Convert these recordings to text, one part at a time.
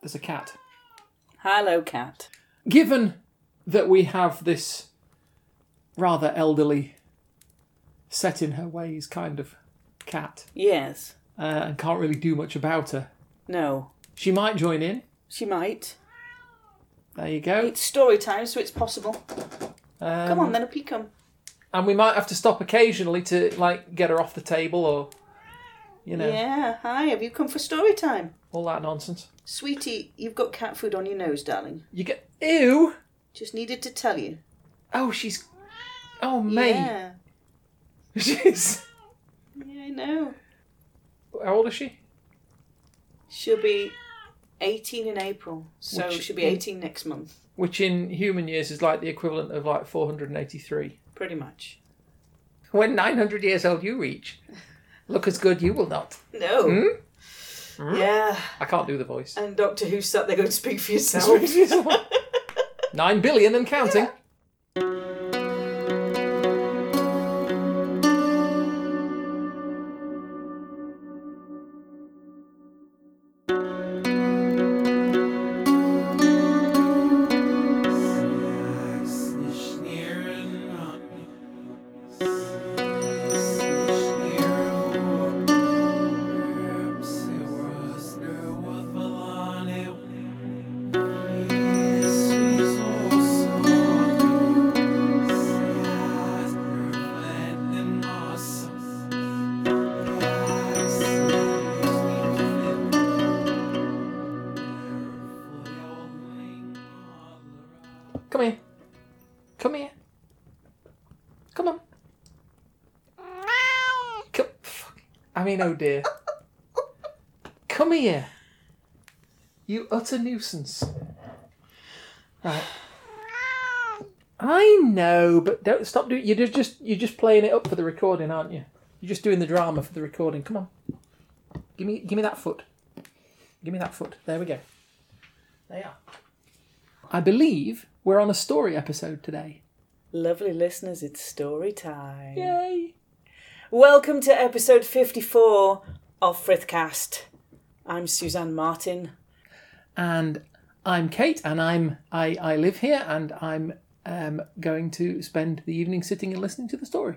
There's a cat. Hello, cat. Given that we have this rather elderly, set in her ways kind of cat, Yes. uh, and can't really do much about her, No. she might join in. She might. There you go. It's story time, so it's possible. Um, Come on, then, up you come. And we might have to stop occasionally to like get her off the table or, you know, Yeah, hi, have you come for story time? all that nonsense. Sweetie, you've got cat food on your nose, darling. You get ew. Just needed to tell you. Oh, she's. Oh, mate. Yeah. She's. Yeah, I know. How old is she? She'll be 18 in April, so Which- she'll be 18 next month, Which in human years is like the equivalent of like 483. pretty much. When 900 years old you reach, look as good you will not. No. Hmm? Yeah. I can't do the voice. And Doctor Who sat there going, speak for yourself. Nine billion and counting. Come here. Come here. Come on. Come, fuck. I mean, oh dear. Come here. You utter nuisance. Right. I know, but don't stop doing. You're just- just you're just playing it up for the recording, aren't you? You're just doing the drama for the recording. Come on. Give me give me that foot. Give me that foot. There we go. There you are. I believe we're on a story episode today. Lovely listeners, it's story time. Yay! Welcome to episode 54 of Frithcast. I'm Suzanne Martin. And I'm Kate, and I'm I, I live here, and I'm um, going to spend the evening sitting and listening to the story.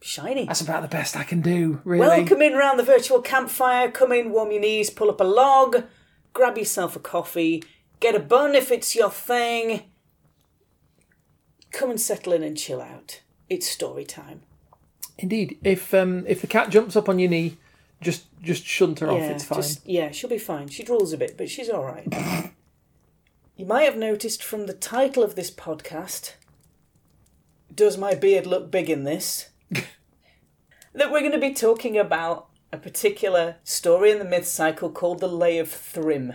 Shiny. That's about the best I can do, really. Welcome in round the virtual campfire. Come in, warm your knees, pull up a log, grab yourself a coffee, get a bun if it's your thing. Come and settle in and chill out. It's story time. Indeed, if um, if the cat jumps up on your knee, just just shunt her off. yeah, It's fine. Just, yeah, she'll be fine. She drools a bit, but she's all right. you might have noticed from the title of this podcast, Does My Beard Look Big in This? that we're going to be talking about a particular story in the myth cycle called The Lay of Thrim.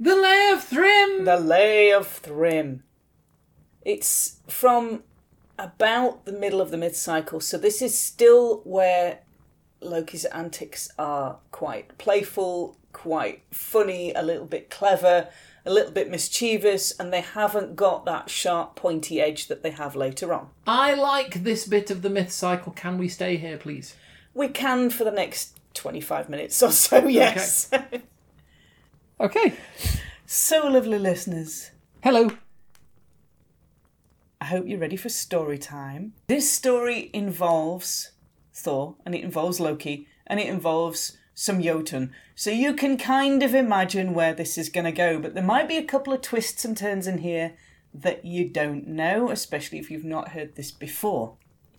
The Lay of Thrim. The Lay of Thrim. It's from about the middle of the mid cycle, so this is still where Loki's antics are quite playful, quite funny, a little bit clever, a little bit mischievous, and they haven't got that sharp, pointy edge that they have later on. I like this bit of the myth cycle. Can we stay here, please? We can for the next 25 minutes or so, yes. Okay. so, lovely listeners. Hello. I hope you're ready for story time. This story involves Thor, and it involves Loki, and it involves some Jotun. So you can kind of imagine where this is going to go, but there might be a couple of twists and turns in here that you don't know, especially if you've not heard this before.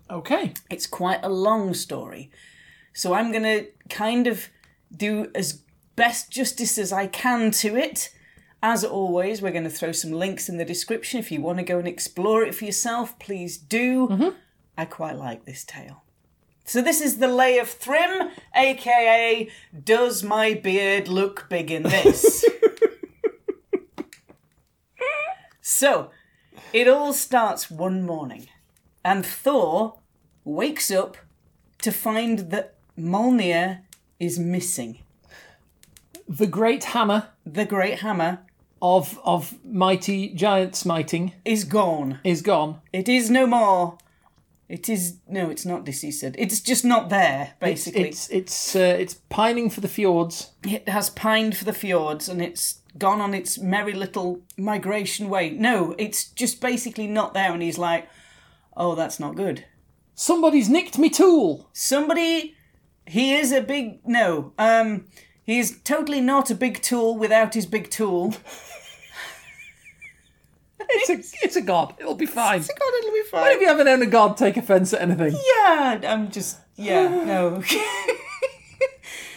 Okay. It's quite a long story. So I'm going to kind of do as best justice as I can to it. As always, we're going to throw some links in the description. If you want to go and explore it for yourself, please do. I quite like this tale. So, this is The Lay of Thrim, aka Does My Beard Look Big in This? so, it all starts one morning, and Thor wakes up to find that Molnir is missing. The great hammer The great hammer of of mighty giant smiting is gone. is gone. It is no more. It is no, it's not deceased. It's just not there. Basically, It's it's uh, it's pining for the fjords. it has pined for the fjords, and it's gone on its merry little migration way. No, it's just basically not there. And he's like, oh, that's not good. Somebody's nicked me tool. Somebody, he is a big, no, um, he is totally not a big tool without his big tool. It's a it's a god. It'll be fine. God, it'll be fine. If you haven't known a god take offence at anything, Yeah, I'm just, yeah, no.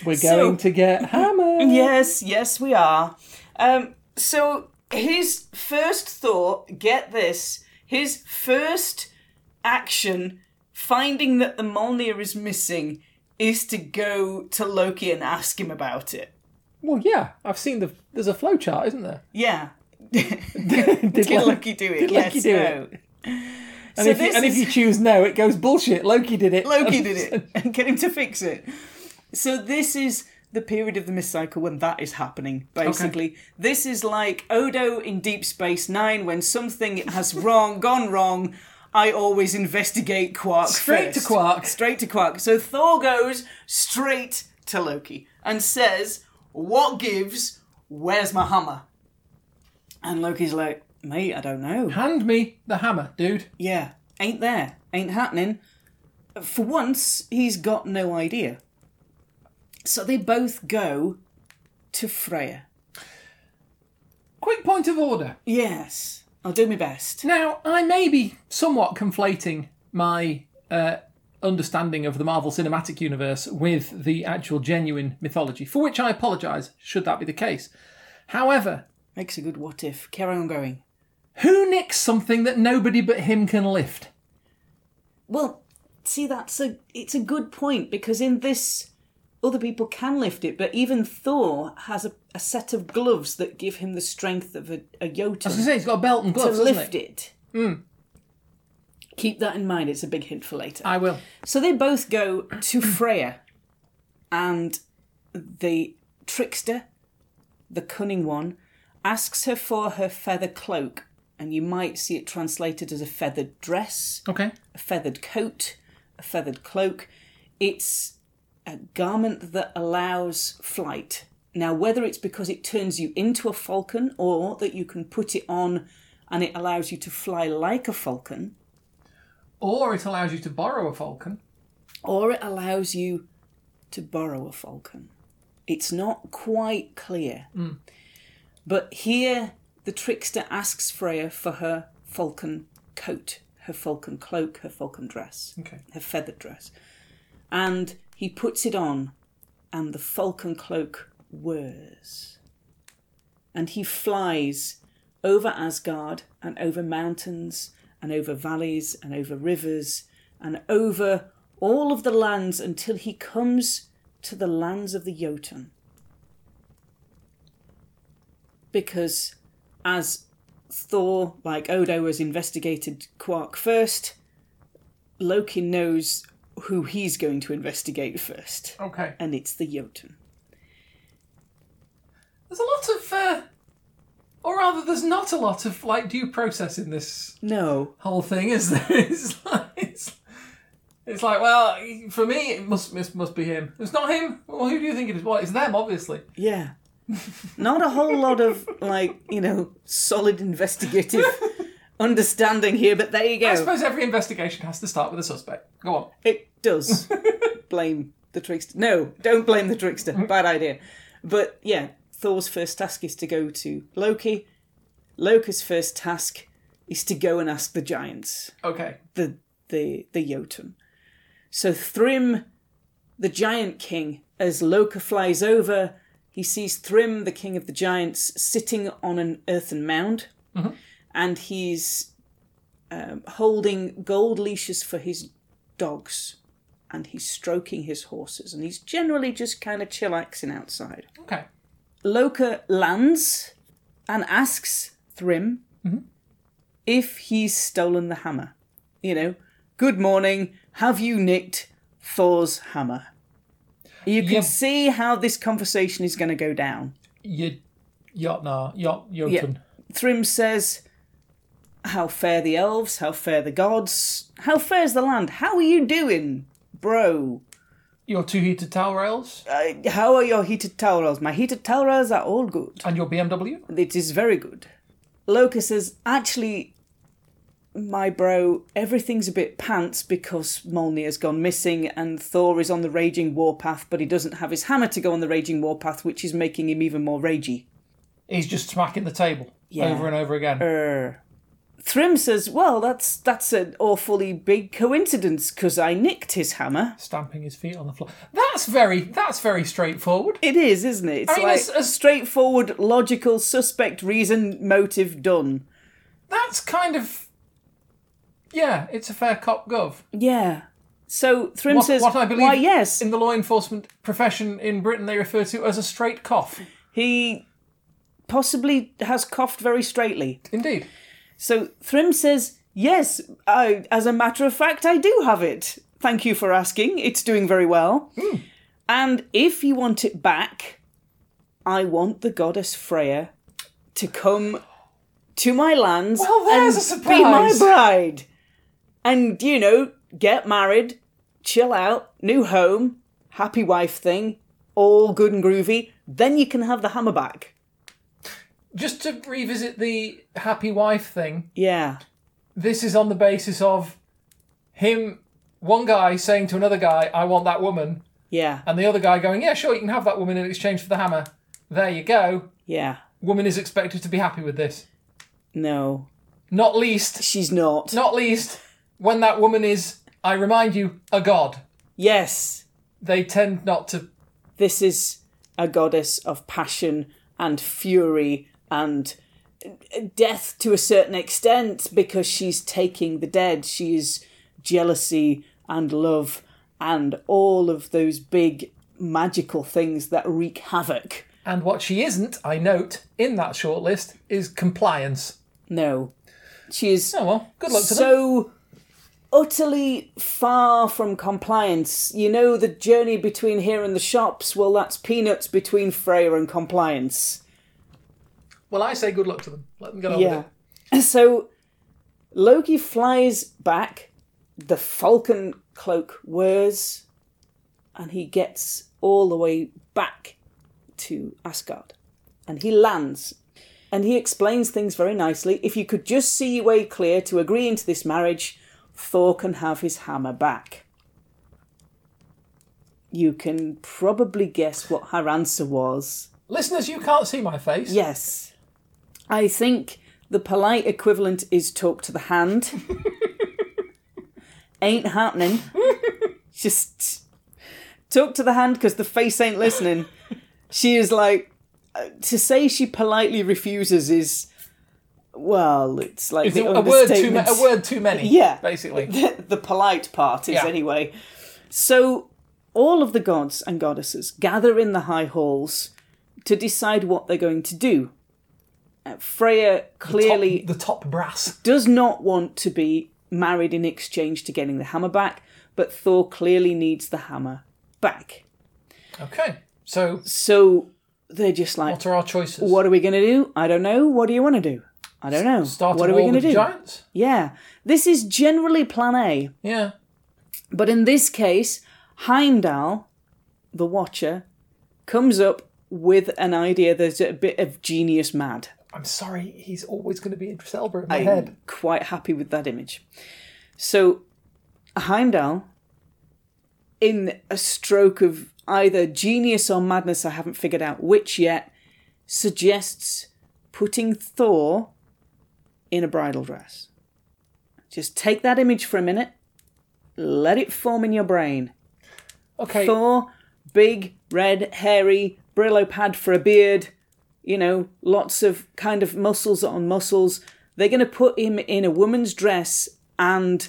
we're going to get hammered. Yes, yes, we are. Um, so his first thought, get this, his first action, finding that the Molnir is missing, is to go to Loki and ask him about it. Well, yeah, I've seen the there's a flowchart, isn't there? Yeah. Did Did Loki do it? did yes, Loki do no. And, So if, you, this and if is- you choose no, it goes bullshit. Loki did it. Loki did it and get him to fix it. So this is the period of the mist cycle when that is happening. Basically, this is like Odo in Deep Space Nine when something has wrong gone wrong. I always investigate Quark Straight to first. Quark. Straight to Quark. So Thor goes straight to Loki and says, "What gives? Where's my hammer?" And Loki's like, "Mate, I don't know." Hand me the hammer, dude. Yeah, ain't there, ain't happening. For once, he's got no idea. So they both go to Freya. Quick point of order. Yes, I'll do my best. Now, I may be somewhat conflating my uh, understanding of the Marvel Cinematic Universe with the actual genuine mythology, for which I apologise, should that be the case. However, Makes a good what if. Carry on going. who nicks something that nobody but him can lift? Well, see, that's a it's a good point because in this, other people can lift it, but even Thor has a, a set of gloves that give him the strength of a, a I was going Jotun to say, he's got a belt and to gloves, hasn't lift he? it. Hmm. Keep that in mind. It's a big hint for later. I will. So they both go to Freya, and the trickster, the cunning one, asks her for her feather cloak, and you might see it translated as a feathered dress, Okay. a feathered coat, a feathered cloak. It's a garment that allows flight. Now, whether it's because it turns you into a falcon or that you can put it on and it allows you to fly like a falcon, Or it allows you to borrow a falcon. or it allows you to borrow a falcon. It's not quite clear. But here, the trickster asks Freya for her falcon coat, her falcon cloak, her falcon dress, Okay. her feathered dress. And he puts it on, and the falcon cloak whirs. And he flies over Asgard and over mountains and over valleys and over rivers and over all of the lands until he comes to the lands of the Jotun. Because as Thor, like Odo, has investigated Quark first, Loki knows who he's going to investigate first, Okay. and it's the Jotun. There's a lot of, uh, or rather, there's not a lot of like due process in this No, whole thing, is there? It's like, it's, it's like, well, for me, it must, must must be him. It's not him. Well, who do you think it is? Well, it's them, obviously. yeah. Not a whole lot of, like, you know, solid investigative understanding here, but there you I go. suppose every investigation has to start with a suspect. Go on. It does blame the trickster. No, don't blame the trickster. Bad idea. But yeah, Thor's first task is to go to Loki. Loki's first task is to go and ask the giants. Okay. the the the Jotun. So Thrym, the giant king, as Loka flies over, he sees Thrym, the king of the giants, sitting on an earthen mound, and he's um, holding gold leashes for his dogs, and he's stroking his horses, and he's generally just kind of chillaxing outside. Okay. Loka lands and asks Thrym if he's stolen the hammer. You know, good morning, have you nicked Thor's hammer? You can Yeah. see how this conversation is going to go down. You, Jotnar, Jot, Jotun. Thrym says, How fare the elves? How fare the gods? How fares the land? How are you doing, bro? Your two heated towel rails Uh, how are your heated towel rails? My heated towel rails are all good. and your BMW. It is very good. Loka says, actually, my bro, everything's a bit pants because Molnir has gone missing and Thor is on the raging warpath, but he doesn't have his hammer to go on the raging warpath, which is making him even more ragey. He's just smacking the table Yeah. over and over again. Er. Thrim says, well, that's that's an awfully big coincidence because I nicked his hammer. stamping his feet on the floor. That's very that's very straightforward. It is, isn't it? It's mean, like it's a a- straightforward, logical, suspect, reason, motive, done. That's kind of yeah, it's a fair cop gov. Yeah. So Thrim What, says, what I believe why, yes, in the law enforcement profession in Britain they refer to as a straight cough. he possibly has coughed very straightly. Indeed. So Thrim says, yes, I, as a matter of fact, I do have it. Thank you for asking. It's doing very well. Hmm. And if you want it back, I want the goddess Freya to come to my lands Well, there's and a be my surprise. bride. And, you know, get married, chill out, new home, happy wife thing, all good and groovy. Then you can have the hammer back. Just to revisit the happy wife thing, Yeah. this is on the basis of him one guy saying to another guy, I want that woman, Yeah. and the other guy going, Yeah, sure, you can have that woman in exchange for the hammer. There you go. Yeah. Woman is expected to be happy with this. No. Not least She's not. not least when that woman is, I remind you, a god. Yes, They tend not to. this is a goddess of passion and fury and uh, death to a certain extent because she's taking the dead. She is jealousy and love and all of those big magical things that wreak havoc. And what she isn't, I note, in that shortlist is compliance. No, she is Oh well, good luck to them. so utterly far from compliance. You know the journey between here and the shops. Well, that's peanuts between Freya and compliance. Well, I say good luck to them. Let them get on Yeah. with it. So Loki flies back. The falcon cloak whirs, and he gets all the way back to Asgard, and he lands. And he explains things very nicely. If you could just see your way clear to agreeing to this marriage, Thor can have his hammer back. You can probably guess what her answer was. Listeners, you can't see my face. Yes. I think the polite equivalent is talk to the hand. ain't happening. Just talk to the hand because the face ain't listening. She is like, uh, to say she politely refuses is, well, it's like Is the it a word too ma- understatement. a word too many. Yeah. basically. the polite part is Yeah. anyway. So all of the gods and goddesses gather in the high halls to decide what they're going to do. Uh, Freya clearly Top- the top brass. does not want to be married in exchange to getting the hammer back, but Thor clearly needs the hammer back. Okay, so So they're just like, what are our choices? what are we going to do? I don't know. What do you want to do? I don't know. Start what a are we war going to with the do? giants? Yeah. This is generally plan A. Yeah, But in this case, Heimdall, the Watcher, comes up with an idea that's a bit of genius mad. I'm sorry, he's always going to be Idris Elba in my head. Quite happy with that image. So, Heimdall, in a stroke of either genius or madness, I haven't figured out which yet, suggests putting Thor in a bridal dress. Just take that image for a minute, let it form in your brain. Okay, Thor, big, red, hairy, Brillo pad for a beard, you know, lots of kind of muscles on muscles. They're going to put him in a woman's dress and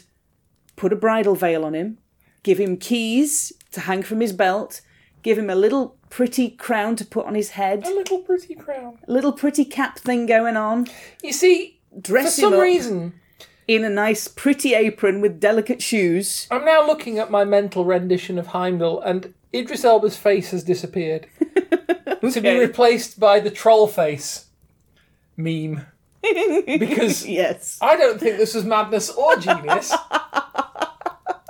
put a bridal veil on him, give him keys to hang from his belt, give him a little pretty crown to put on his head, a little pretty crown. a little pretty cap thing going on, You see, for dress him some up reason, in a nice pretty apron with delicate shoes. I'm now looking at my mental rendition of Heimdall, and Idris Elba's face has disappeared to be Okay. replaced by the troll face meme. Because Yes. I don't think this was madness or genius.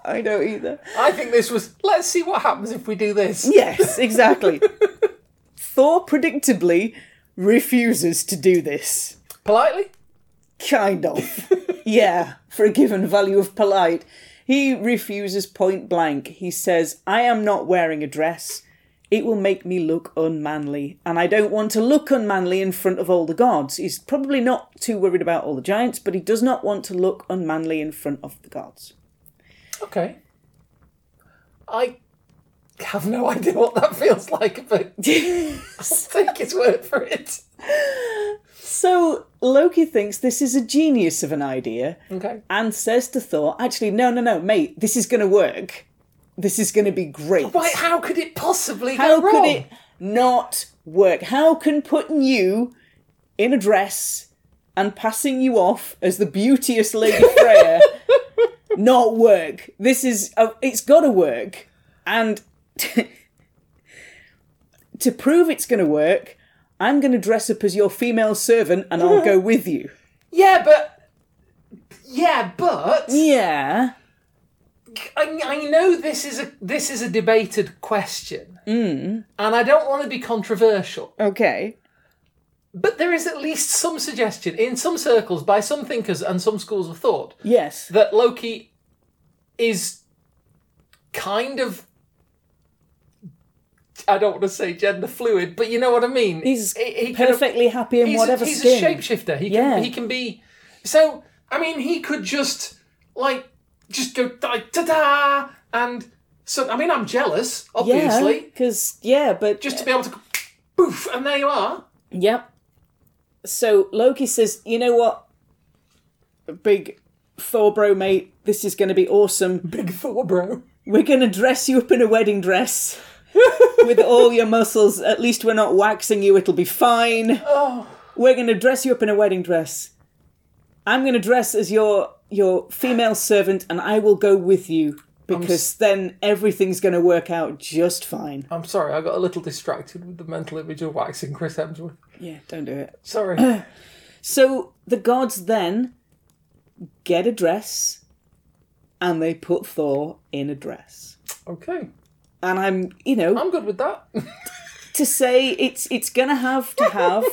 I don't either. I think this was. Let's see what happens if we do this. Yes, exactly. Thor predictably refuses to do this. Politely. Kind of. yeah, for a given value of polite. He refuses point blank. He says, I am not wearing a dress. It will make me look unmanly, and I don't want to look unmanly in front of all the gods. He's probably not too worried about all the giants, but he does not want to look unmanly in front of the gods. Okay. I have no idea what that feels like, but I'll take his word for it. So Loki thinks this is a genius of an idea, Okay. and says to Thor, actually, no, no, no, mate, this is going to work. This is going to be great. Why? How could it possibly How go wrong? could it not work? How can putting you in a dress and passing you off as the beauteous Lady Freya not work? This is, uh, it's got to work. And to prove it's going to work, I'm going to dress up as your female servant and I'll go with you. Yeah, but yeah, but Yeah. I, I know this is a this is a debated question, Hmm. and I don't want to be controversial. Okay. But there is at least some suggestion in some circles by some thinkers and some schools of thought Yes. that Loki is kind of I don't want to say gender fluid, but you know what I mean. He's He- he can- perfectly happy in he's whatever a, he's skin. a shapeshifter. He Yeah. can he can be so I mean he could just like just go like ta da and so I mean I'm jealous, obviously. yeah, because yeah, but Just to be able to go, boof and there you are. Yep. So Loki says, "You know what, big Thor bro mate, this is going to be awesome. Big Thor bro. We're going to dress you up in a wedding dress with all your muscles. At least we're not waxing you. It'll be fine. Oh We're going to dress you up in a wedding dress. I'm going to dress as your your female servant, and I will go with you." Because then everything's going to work out just fine. I'm sorry, I got a little distracted with the mental image of waxing Chris Hemsworth. Yeah, don't do it. Sorry. So the gods then get a dress and they put Thor in a dress. okay. And I'm, you know, I'm good with that. to say it's it's going to have to have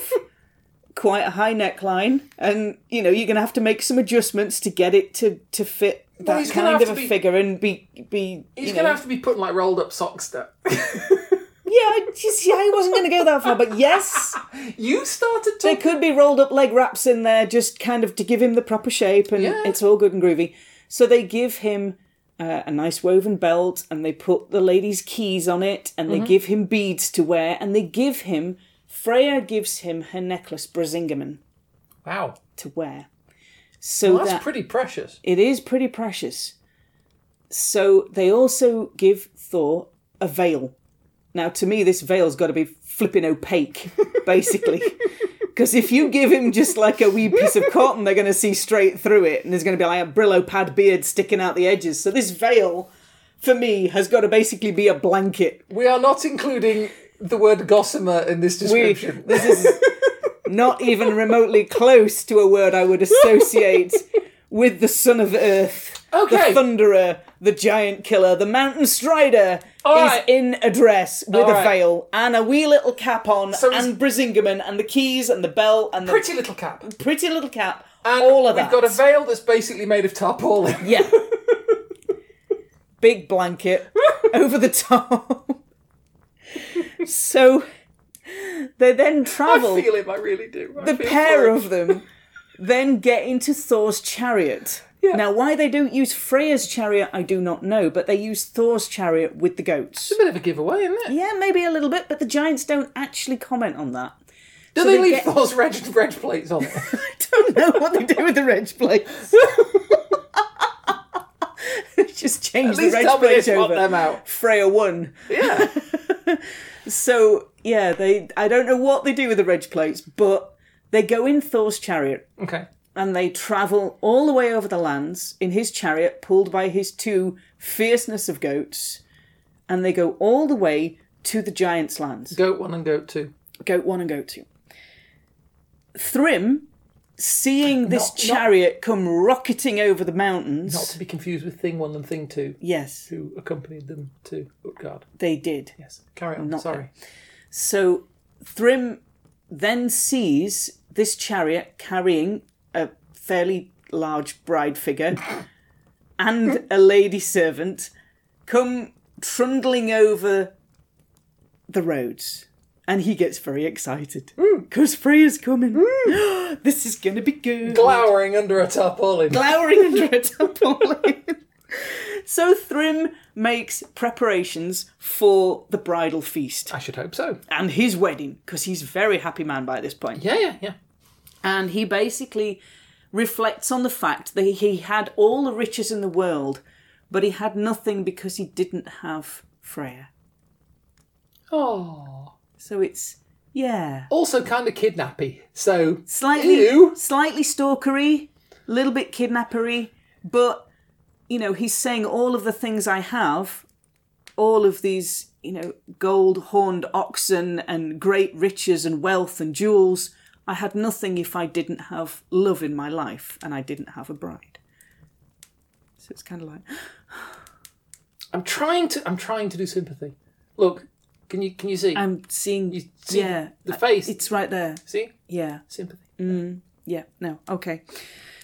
quite a high neckline and you know, you're going to have to make some adjustments to get it to to fit that he's gonna kind have of a to be- figure and be be He's you gonna know. have to be putting like rolled up socks down. Yeah, I just yeah, I wasn't going to go that far, but yes, you started there talking could be rolled up leg wraps in there just kind of to give him the proper shape and Yeah. it's all good and groovy so they give him uh, a nice woven belt and they put the lady's keys on it and Mm-hmm. they give him beads to wear and they give him freya gives him her necklace brisingamen Wow. to wear so That's that pretty precious. it is pretty precious so they also give thor a veil now to me this veil's got to be flipping opaque basically because if you give him just like a wee piece of cotton they're going to see straight through it and there's going to be like a brillo pad beard sticking out the edges so this veil for me has got to basically be a blanket We are not including the word gossamer in this We- description. this is not even remotely close to a word i would associate with the son of earth okay. the Thunderer, the Giant Killer, the Mountain Strider is right. in a dress with All a right. veil and a wee little cap on, So he's- and Brisingamen, and the keys, and the bell, and the pretty, pretty little cap. little cap. And all of we've that. got a veil that's basically made of tarpaulin. yeah. Big blanket over the top. so they then I travel. feel him, I really do. I the feel pair for him. of them then get into Thor's chariot. Now, why they don't use Freya's chariot, I do not know, but they use Thor's chariot with the goats. It's a bit of a giveaway, isn't it? Yeah, maybe a little bit, but the giants don't actually comment on that. Do they they leave get- Thor's reg, reg plates on? I don't know what they do with the reg plates. Just change the least reg tell me they plate swap over. them out. Freya won. yeah. So yeah, they I don't know what they do with the reg plates, but they go in Thor's chariot Okay. and they travel all the way over the lands in his chariot, pulled by his two fierceness of goats, and they go all the way to the giants' lands Goat one and goat two. goat one and goat two. Thrym seeing this Not- not- chariot come rocketing over the mountains. Not to be confused with Thing One and Thing Two, yes, who accompanied them to Utgard. they did. Yes, carry on. Not Sorry. So Thrym then sees this chariot carrying a fairly large bride figure and a lady servant come trundling over the roads. And he gets very excited because Freya's coming. this is going to be good. Glowering under a tarpaulin. Glowering under a tarpaulin. so Thrym makes preparations for the bridal feast I should hope so. and his wedding because he's a very happy man by this point. Yeah, yeah, yeah. And he basically reflects on the fact that he had all the riches in the world, but he had nothing because he didn't have Freya. Oh. So it's yeah, Also, kind of kidnappy. So slightly Ew. slightly stalkery, a little bit kidnappery, but you know he's saying all of the things I have, all of these you know gold horned oxen and great riches and wealth and jewels. I had nothing if I didn't have love in my life and I didn't have a bride. So it's kind of like I'm trying to. I'm trying to do sympathy. Look, can you can you see? I'm seeing, you see yeah, the face. it's right there, see yeah. sympathy. Yeah, no, okay.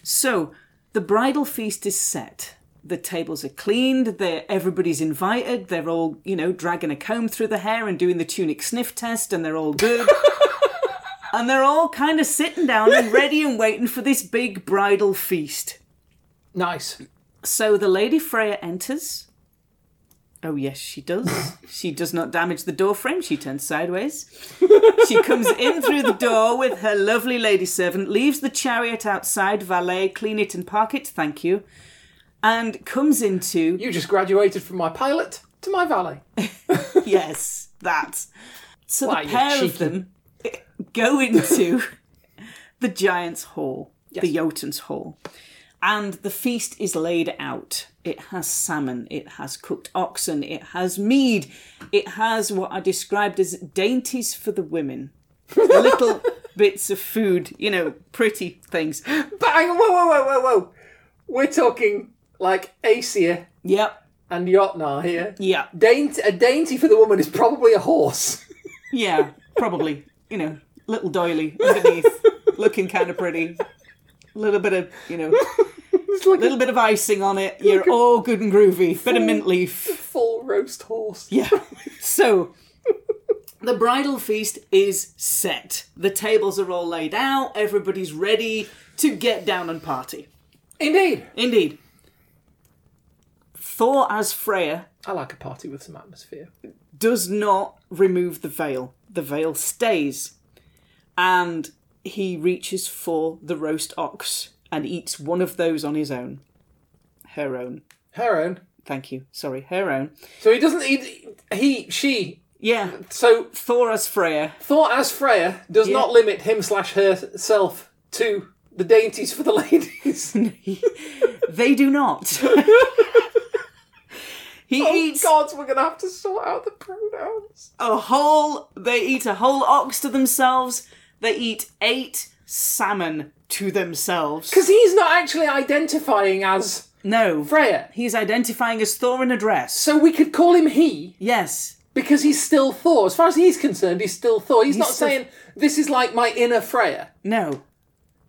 So the bridal feast is set. The tables are cleaned. They're, everybody's invited. They're all, you know, dragging a comb through the hair and doing the tunic sniff test, and they're all good. and they're all kind of sitting down and ready and waiting for this big bridal feast. Nice. So the Lady Freya enters. Oh, yes, she does. she does not damage the door frame. She turns sideways. she comes in through the door with her lovely lady servant, leaves the chariot outside, valet, clean it and park it, thank you, and comes into You just graduated from my pilot to my valet. yes, that. So Why, the you pair of cheeky- them go into the Giants' Hall, the Jotun's Hall, and the feast is laid out. It has salmon, it has cooked oxen, it has mead, it has what are described as dainties for the women. Little bits of food, you know, pretty things. But hang on, whoa, whoa, whoa, whoa, whoa. We're talking like Aesir Yep, and Jotnar here. yeah, Dainty, a dainty for the woman is probably a horse. Yeah, probably. You know, little doily underneath, looking kind of pretty. Little bit of, you know, it's like little bit of icing on it. You're all good and groovy. Bit of mint a leaf. full roast horse. Yeah. So, the bridal feast is set. The tables are all laid out. Everybody's ready to get down and party. Indeed. Indeed. Thor as Freya I like a party with some atmosphere. does not remove the veil. The veil stays. And he reaches for the roast ox and eats one of those on his own. Her own. Her own. Thank you. Sorry, her own. So he doesn't. He, he she. Yeah, So Thor as Freya. Thor as Freya does not limit him slash herself to the dainties for the ladies. They do not. he Oh, eats Gods, we're gonna have to sort out the pronouns. a whole. They eat a whole ox to themselves. They eat eight salmon to themselves. Because he's not actually identifying as No, Freya. he's identifying as Thor in a dress. So we could call him he Yes, because he's still Thor. As far as he's concerned, he's still Thor. He's, not still- saying this is like my inner Freya. No.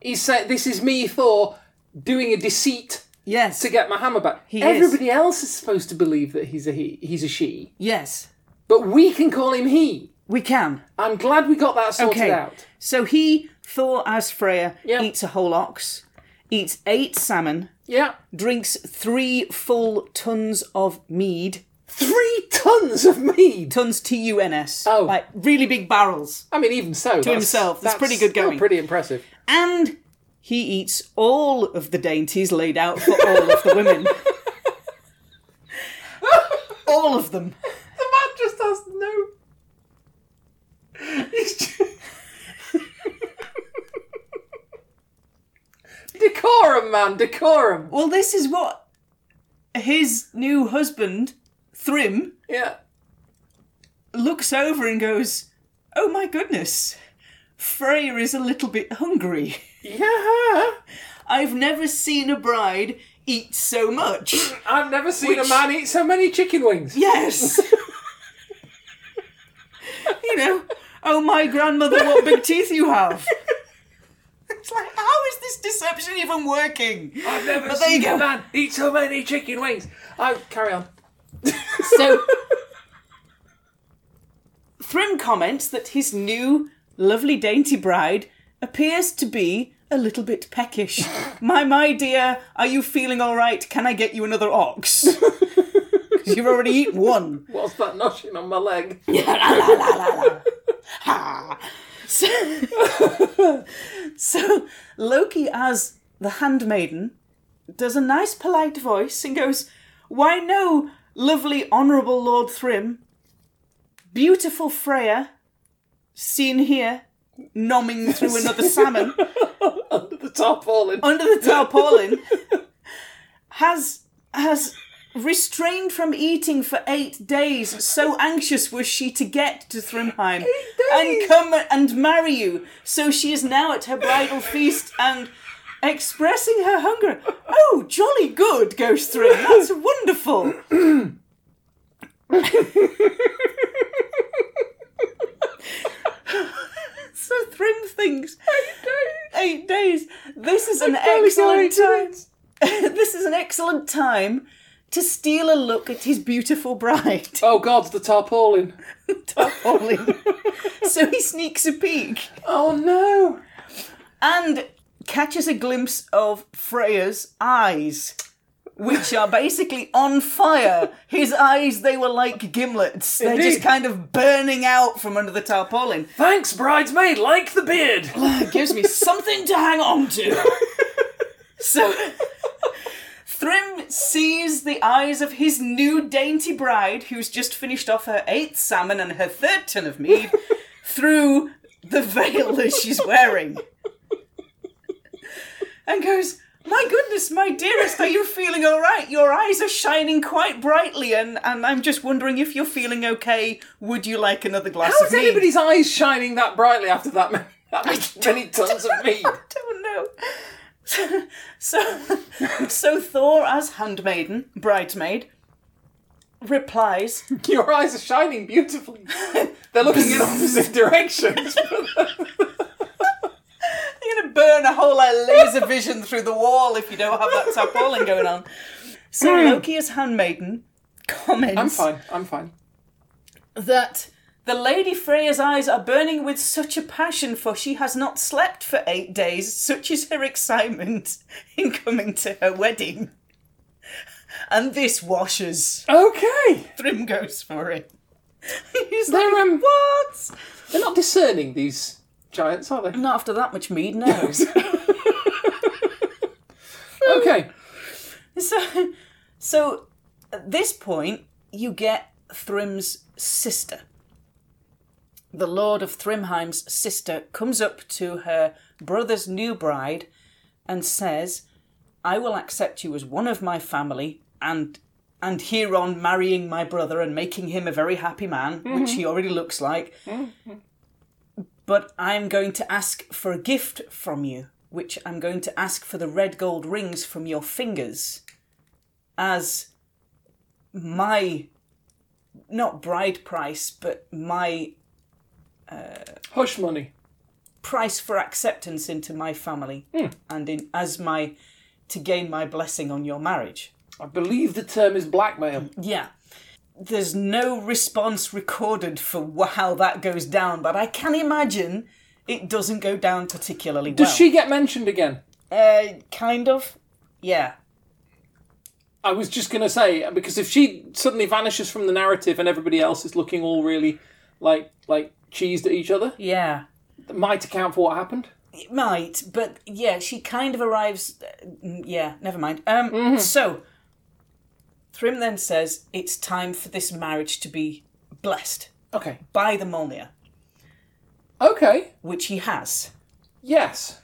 He's saying this is me, Thor, doing a deceit Yes. to get my hammer back. He is. Everybody else is supposed to believe that he's a he, he's a she, yes. but we can call him he. We can. I'm glad we got that sorted Okay. out. So he, Thor as Freya, Yeah. eats a whole ox, eats eight salmon, Yeah. drinks three full tons of mead. Three tons of mead. Tons T U N S. Oh. Like really big barrels. I mean, even so, to himself, that's pretty good going. Pretty impressive. And he eats all of the dainties laid out for all of the women. all of them. The man just has no. He's just... decorum, man, decorum. Well, this is what his new husband, Thrym, Yeah. looks over and goes, Oh my goodness, Freya is a little bit hungry. Yeah. I've never seen a bride eat so much. I've never seen a Which- man eat so many chicken wings. Yes. you know, oh my grandmother, what big teeth you have. It's like, how is this deception even working? I've never But there you seen go. a man eat so many chicken wings. Oh, carry on. So, Thrim comments that his new lovely dainty bride appears to be a little bit peckish. my, my dear, are you feeling all right? Can I get you another ox? 'Cause You've already eaten one. What's that noshing on my leg? So, so Loki, as the handmaiden, does a nice polite voice and goes, Why, no, lovely, honourable Lord Thrym, beautiful Freya, seen here, nomming through another salmon Under the tarpaulin. under the tarpaulin, has has restrained from eating for eight days. So anxious was she to get to Thrymheim and come and marry you. So she is now at her bridal feast and expressing her hunger. Oh, jolly good, goes Thrym. That's wonderful. so Thrym thinks eight days. This is an excellent time. this is an excellent time to steal a look at his beautiful bride, Oh, God, the tarpaulin. Tarpaulin. so he sneaks a peek Oh, no. and catches a glimpse of Freya's eyes, which are basically on fire. His eyes, they were like gimlets. They're just Indeed. kind of burning out from under the tarpaulin. Thanks, bridesmaid. Like the beard. It gives me something to hang on to. so Thrym sees the eyes of his new dainty bride, who's just finished off her eighth salmon and her third ton of mead, through the veil that she's wearing. And goes, My goodness, my dearest, are you feeling all right? Your eyes are shining quite brightly, and, and I'm just wondering if you're feeling okay. Would you like another glass How of is mead? anybody's eyes shining that brightly after that many, that many tons of meat? I don't know. So, so Thor, as handmaiden, bridesmaid, replies, Your eyes are shining beautifully. They're looking in opposite directions. You're going to burn a whole like, laser vision through the wall if you don't have that tarpaulin going on. So Loki, as handmaiden, comments Hmm. I'm fine. I'm fine. that the Lady Freya's eyes are burning with such a passion, for she has not slept for eight days, such is her excitement in coming to her wedding. And this washes. Okay. Thrym goes for it. He's They're, like, um, what? They're not discerning, these giants, are they? Not after that much mead, no. Okay. so, so at this point, you get Thrym's sister. The Lord of Thrymheim's sister comes up to her brother's new bride and says, I will accept you as one of my family and and hereon marrying my brother and making him a very happy man, which he already looks like. But I'm going to ask for a gift from you, which I'm going to ask for the red gold rings from your fingers as my not bride price, but my Hush money. price for acceptance into my family Hmm. and in as my to gain my blessing on your marriage. I believe the term is blackmail. Yeah. There's no response recorded for wh- how that goes down, but I can imagine it doesn't go down particularly Does well. she get mentioned again? Uh, kind of. Yeah. I was just going to say, because if she suddenly vanishes from the narrative and everybody else is looking all really like like cheesed at each other, Yeah. that might account for what happened. It might, but yeah, she kind of arrives. mm, Yeah, never mind. Um, Mm-hmm. So, Thrym then says it's time for this marriage to be blessed Okay. by the Molnir, Okay. which he has Yes.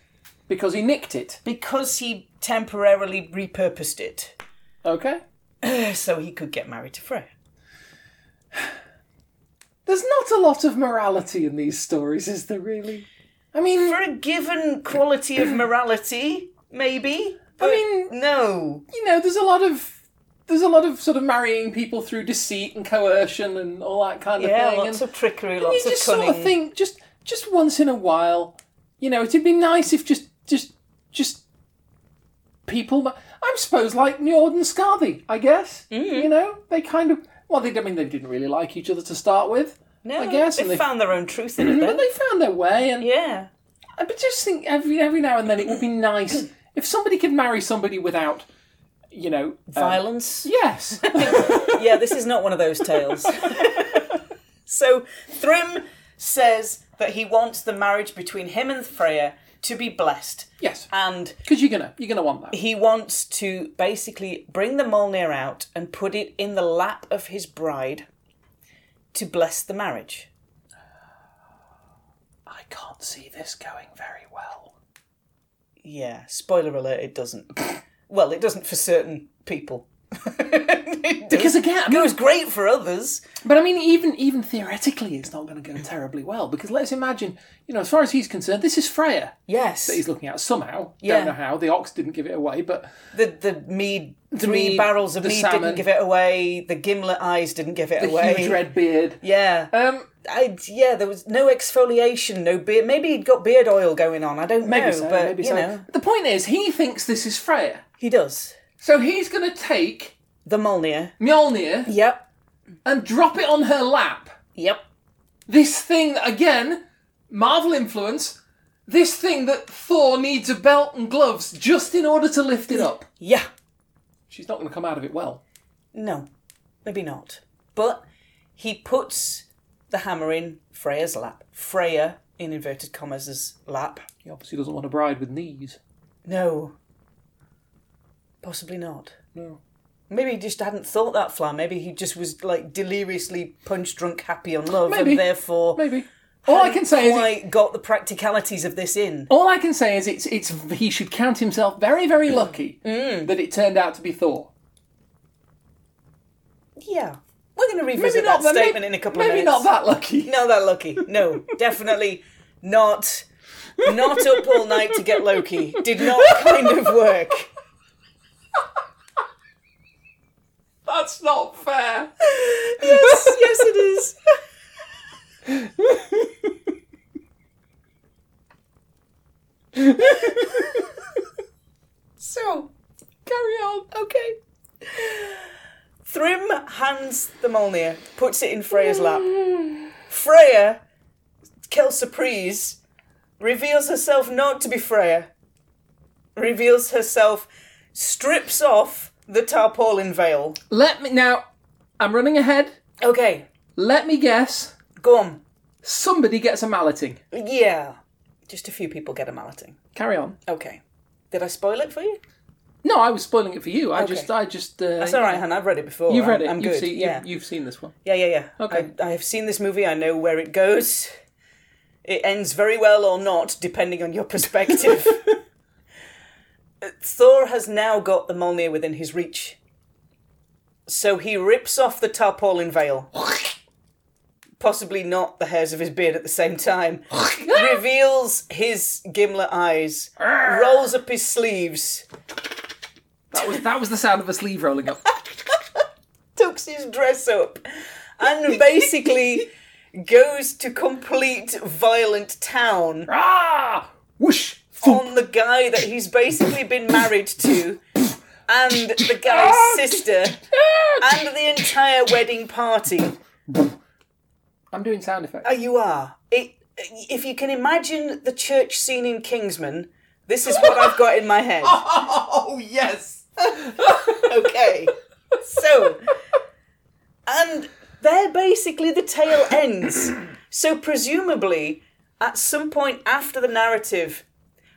Because he nicked it. because he temporarily repurposed it Okay. so he could get married to Freya. There's not a lot of morality in these stories, is there really? I mean, For a given quality of morality, maybe. I mean, No. you know, there's a lot of there's a lot of sort of marrying people through deceit and coercion and all that kind of Yeah, thing. lots and of trickery, you lots of just cunning. sort of think just just once in a while, you know, it'd be nice if just just just people. I suppose like Njord and Scarthy, I guess. Mm-hmm. You know, they kind of well, they I mean they didn't really like each other to start with, no, I guess, they and they- Mm-hmm. found their own truth in it. but Then. they found their way and. Yeah. I but just think every every now and then it would be nice if somebody could marry somebody without, you know, um, Violence. yes, yeah, this is not one of those tales. so Thrym says that he wants the marriage between him and Freya to be blessed, yes, and because you're gonna you're gonna want that. he wants to basically bring the Molnir out and put it in the lap of his bride to bless the marriage. I can't see this going very well. Yeah, spoiler alert, it doesn't. Well, it doesn't for certain people. it does- Because again, I mean- goes great for others. But I mean, even even theoretically, it's not going to go terribly well because let's imagine, you know, as far as he's concerned, this is Freya Yes, he's looking at somehow. Yeah. Don't know how the ox didn't give it away, but the the mead, three mead, barrels of the mead salmon. didn't give it away. The gimlet eyes didn't give it the away. huge red beard. yeah, Um, I, yeah. There was no exfoliation, no beard. Maybe he'd got beard oil going on. I don't maybe know, so, but maybe you so. know, The point is, he thinks this is Freya, he does so he's going to take the Molnir. Mjolnir Yep, and drop it on her lap. yep. This thing that, again, Marvel influence. This thing that Thor needs a belt and gloves just in order to lift it up. Yeah, She's not going to come out of it well. no, maybe not. But he puts the hammer in Freya's lap. Freya, in inverted commas, lap. He obviously doesn't want a bride with knees. No, possibly not. No. Maybe he just hadn't thought that far. Maybe he just was like deliriously punch drunk, happy on love, Maybe. and therefore Maybe. All I can say is, it- quite got the practicalities of this in. all I can say is, it's it's he should count himself very very lucky that it turned out to be Thor. Yeah, we're going to revisit that but may- statement in a couple of maybe minutes. not that lucky. No, that lucky. No, definitely not. Not up all night to get Loki did not kind of work. That's not fair. Yes, yes, it is. so, Carry on. okay. Thrym hands the Molnir, puts it in Freya's lap. Freya, kill surprise, reveals herself not to be Freya. Reveals herself, strips off the tarpaulin veil. Let me now. I'm running ahead. Okay, Let me guess. go on. Somebody gets a malleting. Yeah. Just a few people get a malleting. Carry on. Okay. Did I spoil it for you? No, I was spoiling it for you. I Okay. just, I just. Uh, That's all right, Han. I've read it before. You've read I'm- it. I'm you've, good. seen, yeah. you've, you've seen this one. yeah, yeah, yeah. Okay. I, I have seen this movie. I know where it goes. It ends very well or not, depending on your perspective. Thor has now got the Mjolnir within his reach. So he rips off the tarpaulin veil. Possibly not the hairs of his beard at the same time. reveals his gimlet eyes, rolls up his sleeves, That was that was the sound of a sleeve rolling up. tucks his dress up, and basically goes to complete violent town ah! Whoosh! Thump. on the guy that he's basically been married to, and the guy's sister, and the entire wedding party. I'm doing sound effects. Oh, you are. It, if you can imagine the church scene in Kingsman, this is what I've got in my head. Oh yes! okay. So, and there basically the tale ends. So, presumably, at some point after the narrative,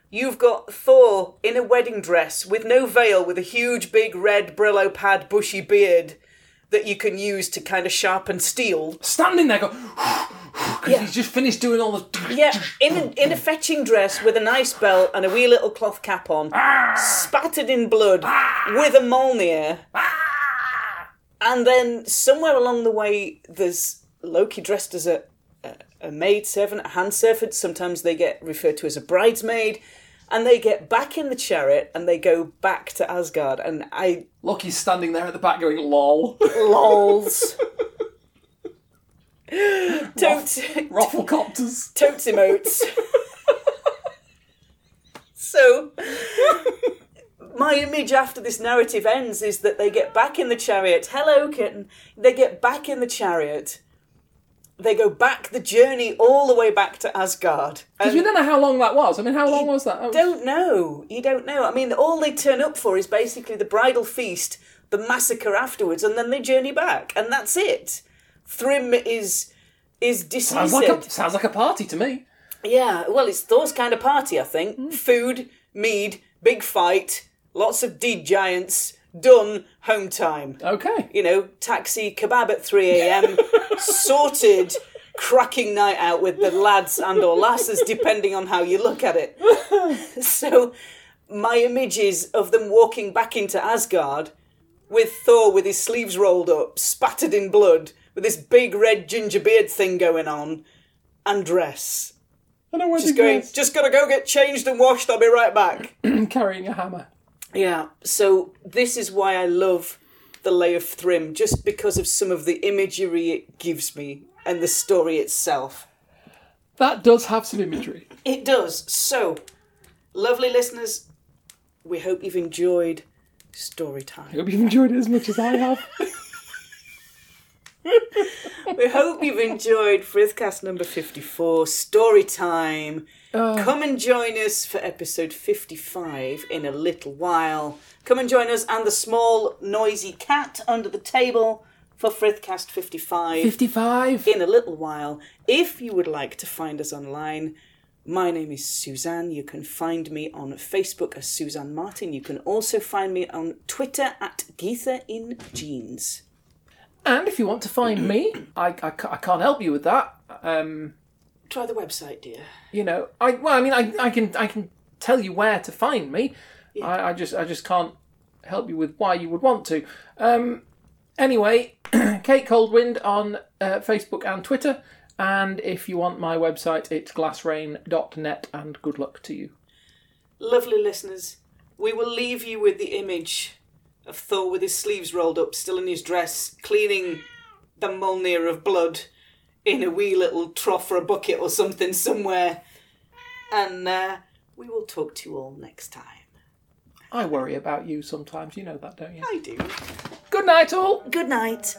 you've got Thor in a wedding dress with no veil, with a huge, big red Brillo pad, bushy beard that you can use to kind of sharpen steel. Standing there, go. Because he's just finished doing all the. Yeah, in a, in a fetching dress with a nice belt and a wee little cloth cap on, spattered in blood, with a Molnir. And then somewhere along the way, there's Loki dressed as a, a, a maid servant, a hand servant. Sometimes they get referred to as a bridesmaid, and they get back in the chariot and they go back to Asgard. And I Loki's standing there at the back going, lol. lols. Totes, Rafflecopters. totes emotes. so, my image after this narrative ends is that they get back in the chariot. Hello, kitten. They get back in the chariot. They go back the journey all the way back to Asgard. Because we don't know how long that was. I mean, how long was that? That was- don't know. You don't know. I mean, all they turn up for is basically the bridal feast, the massacre afterwards, and then they journey back, and that's it. Thrym is is sounds dismissive. like a sounds like a party to me. Yeah, well, it's Thor's kind of party, I think. Food, mead, big fight, lots of deed giants. Done. Home time. Okay. You know, taxi, kebab at three a.m. sorted. Cracking night out with the lads and or lasses, depending on how you look at it so my image is of them walking back into Asgard with Thor with his sleeves rolled up, spattered in blood, with this big red ginger beard thing going on, and dress. I don't want Just going, just gotta go get changed and washed, I'll be right back. carrying a hammer. yeah, so this is why I love the Lay of Thrym, just because of some of the imagery it gives me and the story itself. That does have some imagery. It does. So, lovely listeners, we hope you've enjoyed story I time. hope you've enjoyed it as much as I have. We hope you've enjoyed Frithcast number 54, story time. Come and join us for episode 55 in a little while. Come and join us and the small, noisy cat under the table for Frithcast 55 Fifty-five. in a little while. If you would like to find us online, my name is Suzanne. You can find me on Facebook as Suzanne Martin. You can also find me on Twitter at Geetha in Jeans. And if you want to find me, I, I, ca- I can't help you with that. Um, Try the website, dear. you know, I well, I mean, I, I can I can tell you where to find me. I, I just I just can't help you with why you would want to. Um, anyway, Kate Coldwind on uh, Facebook and Twitter. And if you want my website, it's glassrain.net. And good luck to you. Lovely listeners, we will leave you with the image of Thor with his sleeves rolled up, still in his dress, cleaning the Molnir of blood in a wee little trough or a bucket or something somewhere. And uh, we will talk to you all next time. I worry about you sometimes. You know that, don't you? I do. Good night, all. Good night.